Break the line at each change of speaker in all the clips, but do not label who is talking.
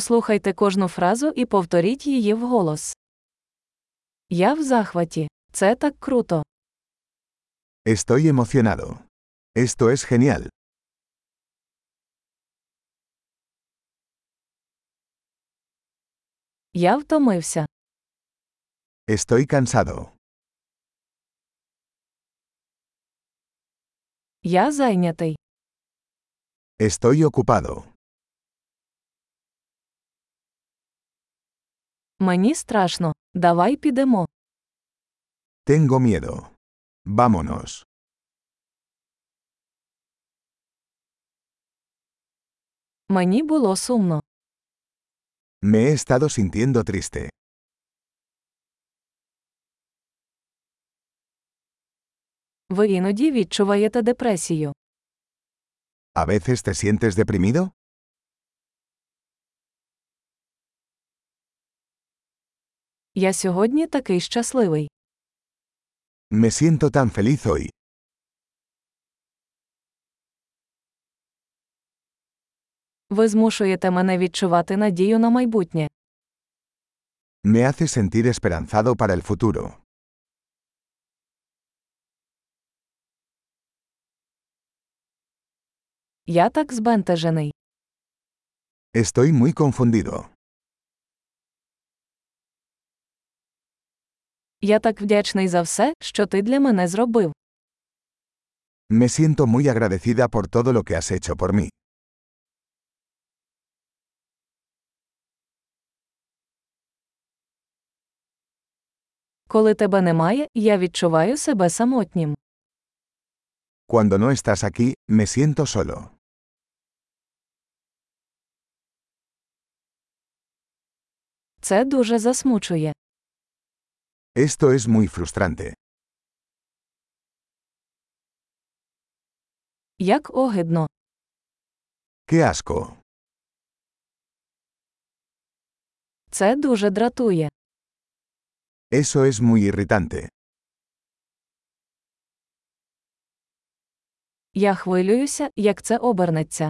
Послухайте кожну фразу і повторіть її вголос. Я в захваті. Це так круто.
Estoy emocionado. Esto es genial.
Я втомився.
Estoy cansado.
Я зайнятий.
Estoy ocupado.
Мені страшно. Давай підемо.
Tengo miedo. Vámonos.
Мені було сумно.
Me he estado sintiendo triste.
Ви іноді відчуваєте депресію.
¿A veces te sientes deprimido?
Я сьогодні такий щасливий.
Me siento tan feliz hoy.
Ви змушуєте мене відчувати надію на майбутнє.
Me hace sentir esperanzado para el futuro.
Я так збентежений.
Estoy muy confundido.
Я так вдячний за все, що ти для мене зробив.
Me siento muy agradecida por todo lo que has hecho por mí.
Коли тебе немає, я відчуваю себе самотнім.
Cuando no estás aquí, me siento solo.
Це дуже засмучує.
Esto es muy frustrante.
Як огидно.
¡Qué asco!
Це дуже дратує.
Eso es muy irritante.
Я хвилююся, як це обернеться.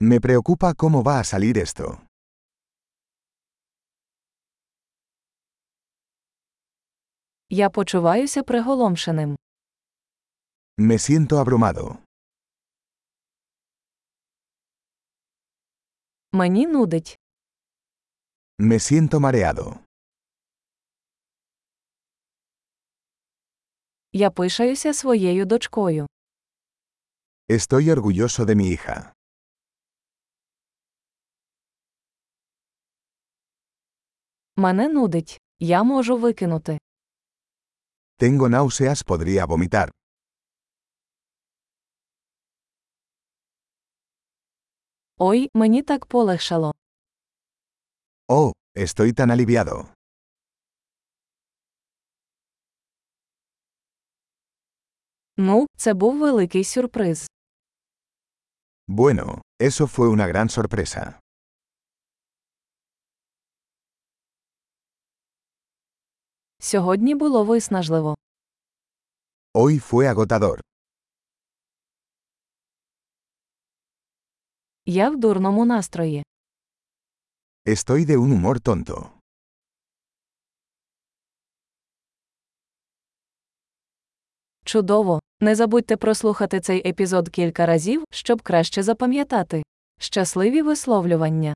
Me preocupa cómo va a salir esto.
Я почуваюся приголомшеним.
Me siento abrumado.
Мені нудить.
Me siento mareado.
Я пишаюся своєю дочкою.
Estoy orgulloso de mi hija.
Мене нудить. Я можу викинути.
Tengo náuseas, podría vomitar.
Ой, мені так полегшало.
Oh, estoy tan aliviado.
Ну, це був великий сюрприз.
Bueno, eso fue una gran sorpresa.
Сьогодні було виснажливо.
Hoy fue agotador.
Я в дурному настрої.
Estoy de un humor tonto.
Чудово! Не забудьте прослухати цей епізод кілька разів, щоб краще запам'ятати. Щасливі висловлювання!